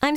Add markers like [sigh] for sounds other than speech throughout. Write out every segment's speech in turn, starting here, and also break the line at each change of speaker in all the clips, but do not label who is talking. I'm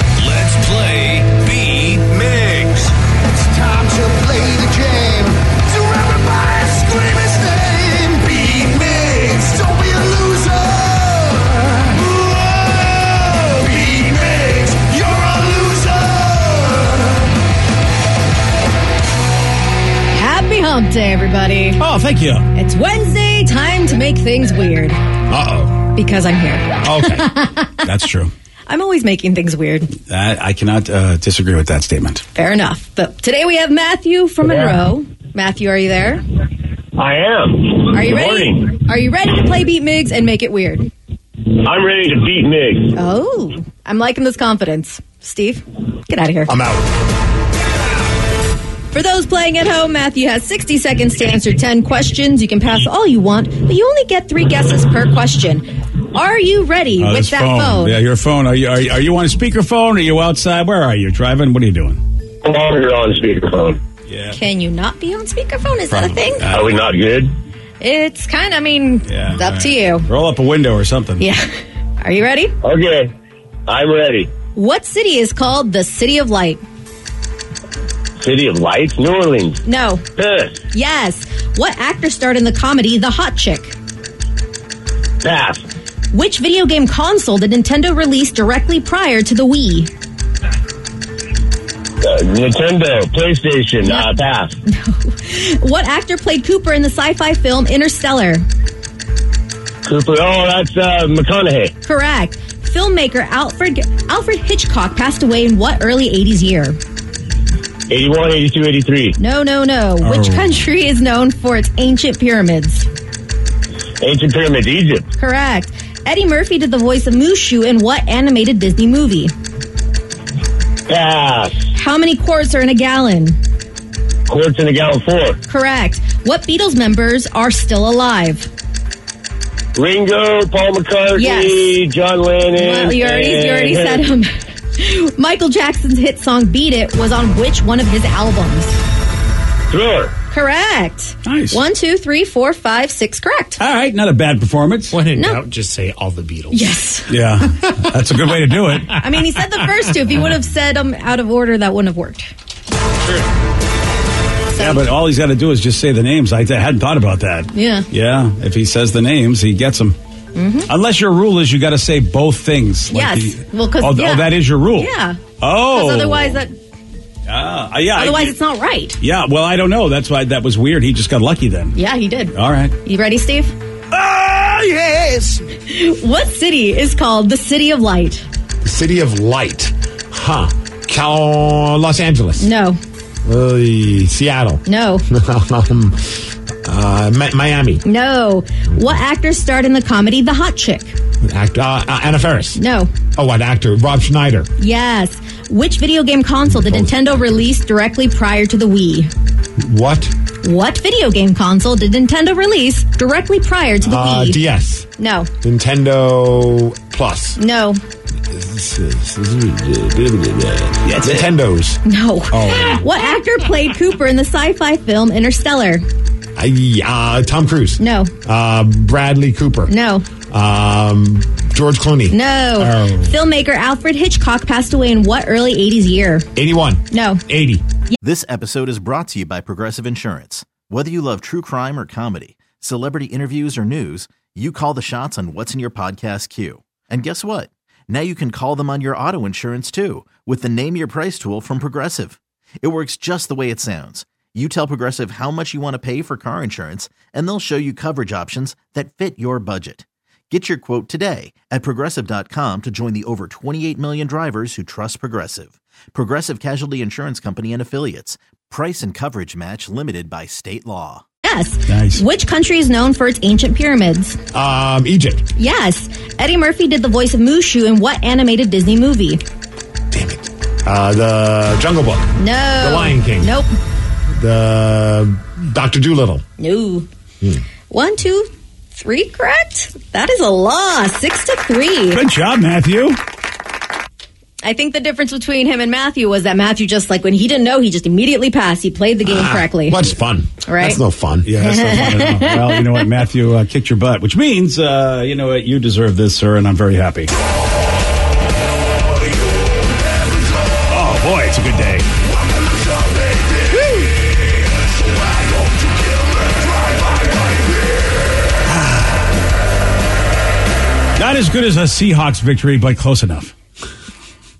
Let's play B Migs. It's time to play the game. So everybody scream his name. B Migs. Don't be a loser. Whoa. B Migs. You're a loser.
Happy hump day, everybody.
Oh, thank you.
It's Wednesday, time to make things weird
Uh
because I'm here.
oh.
[laughs]
Okay. That's true.
I'm always making things weird.
That, I cannot uh, disagree with that statement.
Fair enough. But today we have Matthew from Monroe. Matthew, are you there?
I am.
Are you
Good
ready?
Morning.
Are you ready to play Beat Migs and make it weird?
I'm ready to beat Migs.
Oh, I'm liking this confidence. Steve, get out of here.
I'm out.
For those playing at home, Matthew has 60 seconds to answer 10 questions. You can pass all you want, but you only get three guesses per question. Are you ready
Oh,
with
this
that phone?
Yeah, your phone. Are you, are, you- are you on speakerphone? Are you outside? Where are you? Driving? What are you doing?
I'm already on speakerphone.
Yeah.
Can you not be on speakerphone? Is that a
Probably.
thing?
Uh,
Are we not good?
It's kind of, I mean,
yeah,
it's up
all
to
right.
you.
Roll up a window or something.
Yeah. Are you ready?
Okay. I'm ready.
What city is called the City of Light?
City of Lights, New Orleans.
No.
Pass.
Yes. What actor starred in the comedy The Hot Chick?
Pass.
Which video game console did Nintendo release directly prior to the Wii?
Uh, Nintendo, PlayStation, uh, pass.
What actor played Cooper in the sci fi film Interstellar?
Cooper, oh, that's uh, McConaughey.
Correct. Filmmaker Alfred, Alfred Hitchcock passed away in what early 80s year?
81, 82, 83.
No, no, no. Which
Oh.
country is known for its ancient pyramids?
Ancient Pyramids, Egypt.
Correct. Eddie Murphy did the voice of Mushu in what animated Disney movie?
Pass.
How many quarts are in a gallon?
Quarts in a gallon, four.
Correct. What Beatles members are still alive?
Ringo, Paul McCartney,
Yes.
John Lennon.
Well, you already, you already [laughs] said
and-
them. Michael Jackson's hit song Beat It was on which one of his albums?
Thriller.
Correct.
Nice.
One, two, three, four, five, six. Correct.
All right. Not a bad performance.
When in
No.
doubt, just say all the Beatles.
Yes.
Yeah. That's a good way to
[laughs]
do it.
I mean, he said the first two. If he would have said them out of order, that wouldn't have worked.
Yeah, but all he's got to do is just say the names. I, I hadn't thought about that.
Yeah. Mm-hmm.
Yeah. If he says the names, he gets them. Unless your rule is you got to say both things.
Yes. Well, 'cause-
oh, th-
yeah.
oh, that is your rule.
Yeah.
Oh.
Because otherwise, that,
Ah, yeah. I-
otherwise it's not right.
Yeah, well, I don't know. That's why that was weird. He just got lucky then.
Yeah, he did.
All right.
You ready, Steve?
Ah, yes.
What city is called the City of Light?
The city of light. Huh. Cal- Los Angeles.
No,
Uh, Seattle. [laughs]
no,
um, uh, Mi- Miami.
no. What actor starred in the comedy The Hot Chick?
Act- uh, uh, Anna Ferris.
No.
Oh, what actor? Rob Schneider.
Yes. Which video game console did Nintendo release directly prior to the Wii?
What?
What video game console did Nintendo release directly prior to the
Uh,
Wii?
DS.
no,
Nintendo Plus.
no,
Nintendo's.
no.
Oh.
What actor played Cooper in the sci-fi film Interstellar?
I- Uh, Tom Cruise.
No,
Uh, Bradley Cooper.
no,
Um, George Clooney.
no.
Oh.
Filmmaker Alfred Hitchcock passed away in what early 80s year?
81.
No.
80.
This episode is brought to you by Progressive Insurance. Whether you love true crime or comedy, celebrity interviews or news, you call the shots on what's in your podcast queue. And guess what? Now you can call them on your auto insurance too with the Name Your Price tool from Progressive. It works just the way it sounds. You tell Progressive how much you want to pay for car insurance, and they'll show you coverage options that fit your budget. Get your quote today at progressive.com to join the over 28 million drivers who trust Progressive. Progressive Casualty Insurance Company and Affiliates. Price and coverage match limited by state law.
Yes.
Nice.
Which country is known for its ancient pyramids?
Um, Egypt.
Yes. Eddie Murphy did the voice of Mushu in what animated Disney movie?
Uh, the Jungle Book.
No.
The Lion King.
Nope.
The Doctor Doolittle.
No.
Hmm.
One, two, three. Correct. That is a loss. Six to three.
Good job, Matthew.
I think the difference between him and Matthew was that Matthew just like when he didn't know, he just immediately passed. He played the game
Ah,
correctly.
What's fun?
Right.
That's no fun.
Yeah, that's no fun at [laughs] all. Well, you know what, Matthew uh, kicked your butt, which means uh, you know what you deserve this, sir, and I'm very happy. Oh boy, it's a good day. Not as good as a Seahawks victory, but close enough.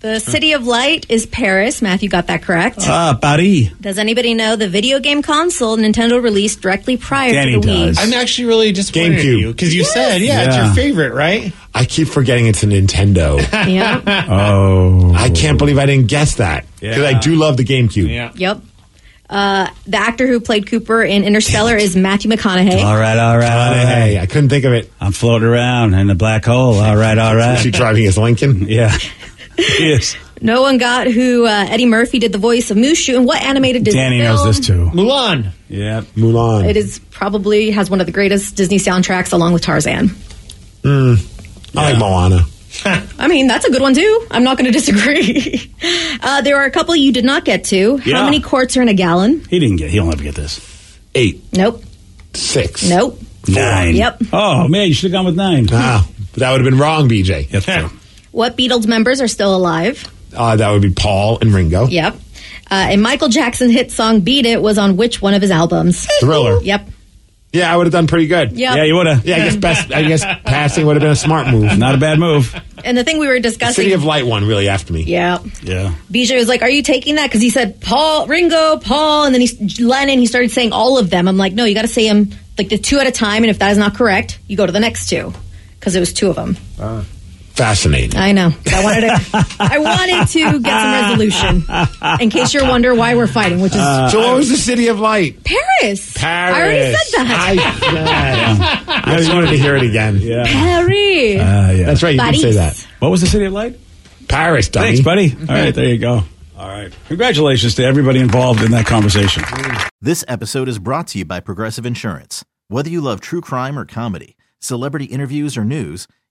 The City of Light is Paris. Matthew got that correct.
Uh.
Ah, Paris.
Does anybody know the video game console Nintendo released directly prior
Danny
to the Wii?
does.
I'm actually really disappointed in
GameCube.
you because you said, yeah, it's
Yeah.
your favorite, right?
I keep forgetting it's a Nintendo.
Yeah.
Oh,
I can't believe I didn't guess that because I do love the GameCube.
yep. Uh, the actor who played Cooper in Interstellar is Matthew McConaughey.
all right, all right, all
Uh,
right.
hey, I couldn't think of it.
I'm floating around in the black hole. All right, all
Is
[laughs]
she
right.
driving
[laughs]
as Lincoln?
Yeah. yes.
No one got who uh, Eddie Murphy did the voice of Mushu and what animated Disney
Danny
film?
knows this too.
Mulan.
Yeah.
Mulan.
It is probably has one of the greatest Disney soundtracks along with Tarzan.
I like Moana.
I mean, that's a good one too. I'm not going to [laughs] disagree. uh, there are a couple you did not get to.
Yeah.
How many quarts are in a gallon?
He didn't get. He'll never get this.
Eight,
Nope.
six.
Nope.
Nine.
Yep.
Oh man, you should have gone with nine. [laughs]
Ah, but that would have been wrong, BJ.
That's
[laughs]
true.
What Beatles members are still alive?
Uh, that would be Paul and Ringo.
Yep. Uh, and Michael Jackson hit song "Beat It" was on which one of his albums?
Thriller.
Yep.
Yeah, I would have done pretty good.
Yep.
Yeah, you would have.
Yeah, I guess best. I guess passing would have been a smart
[laughs]
move.
Not a bad move.
And the thing we were
City
discussing.
of Light one really after me.
yeah.
Yeah.
BJ was like, "Are you taking that?" Because he said Paul, Ringo, Paul, and then he Lennon. He started saying all of them. I'm like, "No, you got to say them like the two at a time." And if that is not correct, you go to the next two because it was two of them.
Fascinating.
I know. I wanted to. I wanted to get some resolution in case you're wondering why we're fighting, which is
so what was the City of Light?
Paris.
Paris.
I already said that.
[laughs] I, yeah. I just wanted to hear
[laughs]
it again.
Yeah.
Paris.
Ah, yeah.
That's right. You did say
Paris.
that.
What was the city of light?
Paris, dummy.
Thanks, buddy. All right, there you go. All right. Congratulations to everybody involved in that conversation.
This episode is brought to you by Progressive Insurance. Whether you love true crime or comedy, celebrity interviews or news,